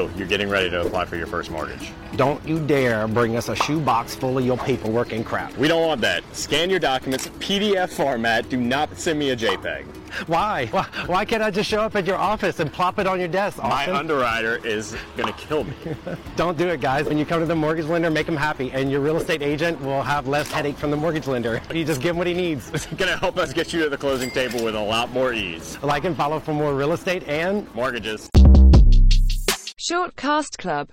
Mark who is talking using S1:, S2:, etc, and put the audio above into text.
S1: Oh, you're getting ready to apply for your first mortgage.
S2: Don't you dare bring us a shoebox full of your paperwork and crap.
S1: We don't want that. Scan your documents, PDF format. Do not send me a JPEG.
S2: Why? Why, why can't I just show up at your office and plop it on your desk?
S1: My
S2: Austin?
S1: underwriter is gonna kill me.
S2: Don't do it, guys. When you come to the mortgage lender, make him happy, and your real estate agent will have less headache from the mortgage lender. You just give him what he needs.
S1: It's gonna help us get you to the closing table with a lot more ease.
S2: Like and follow for more real estate and
S1: Mortgages.
S3: Shortcast Club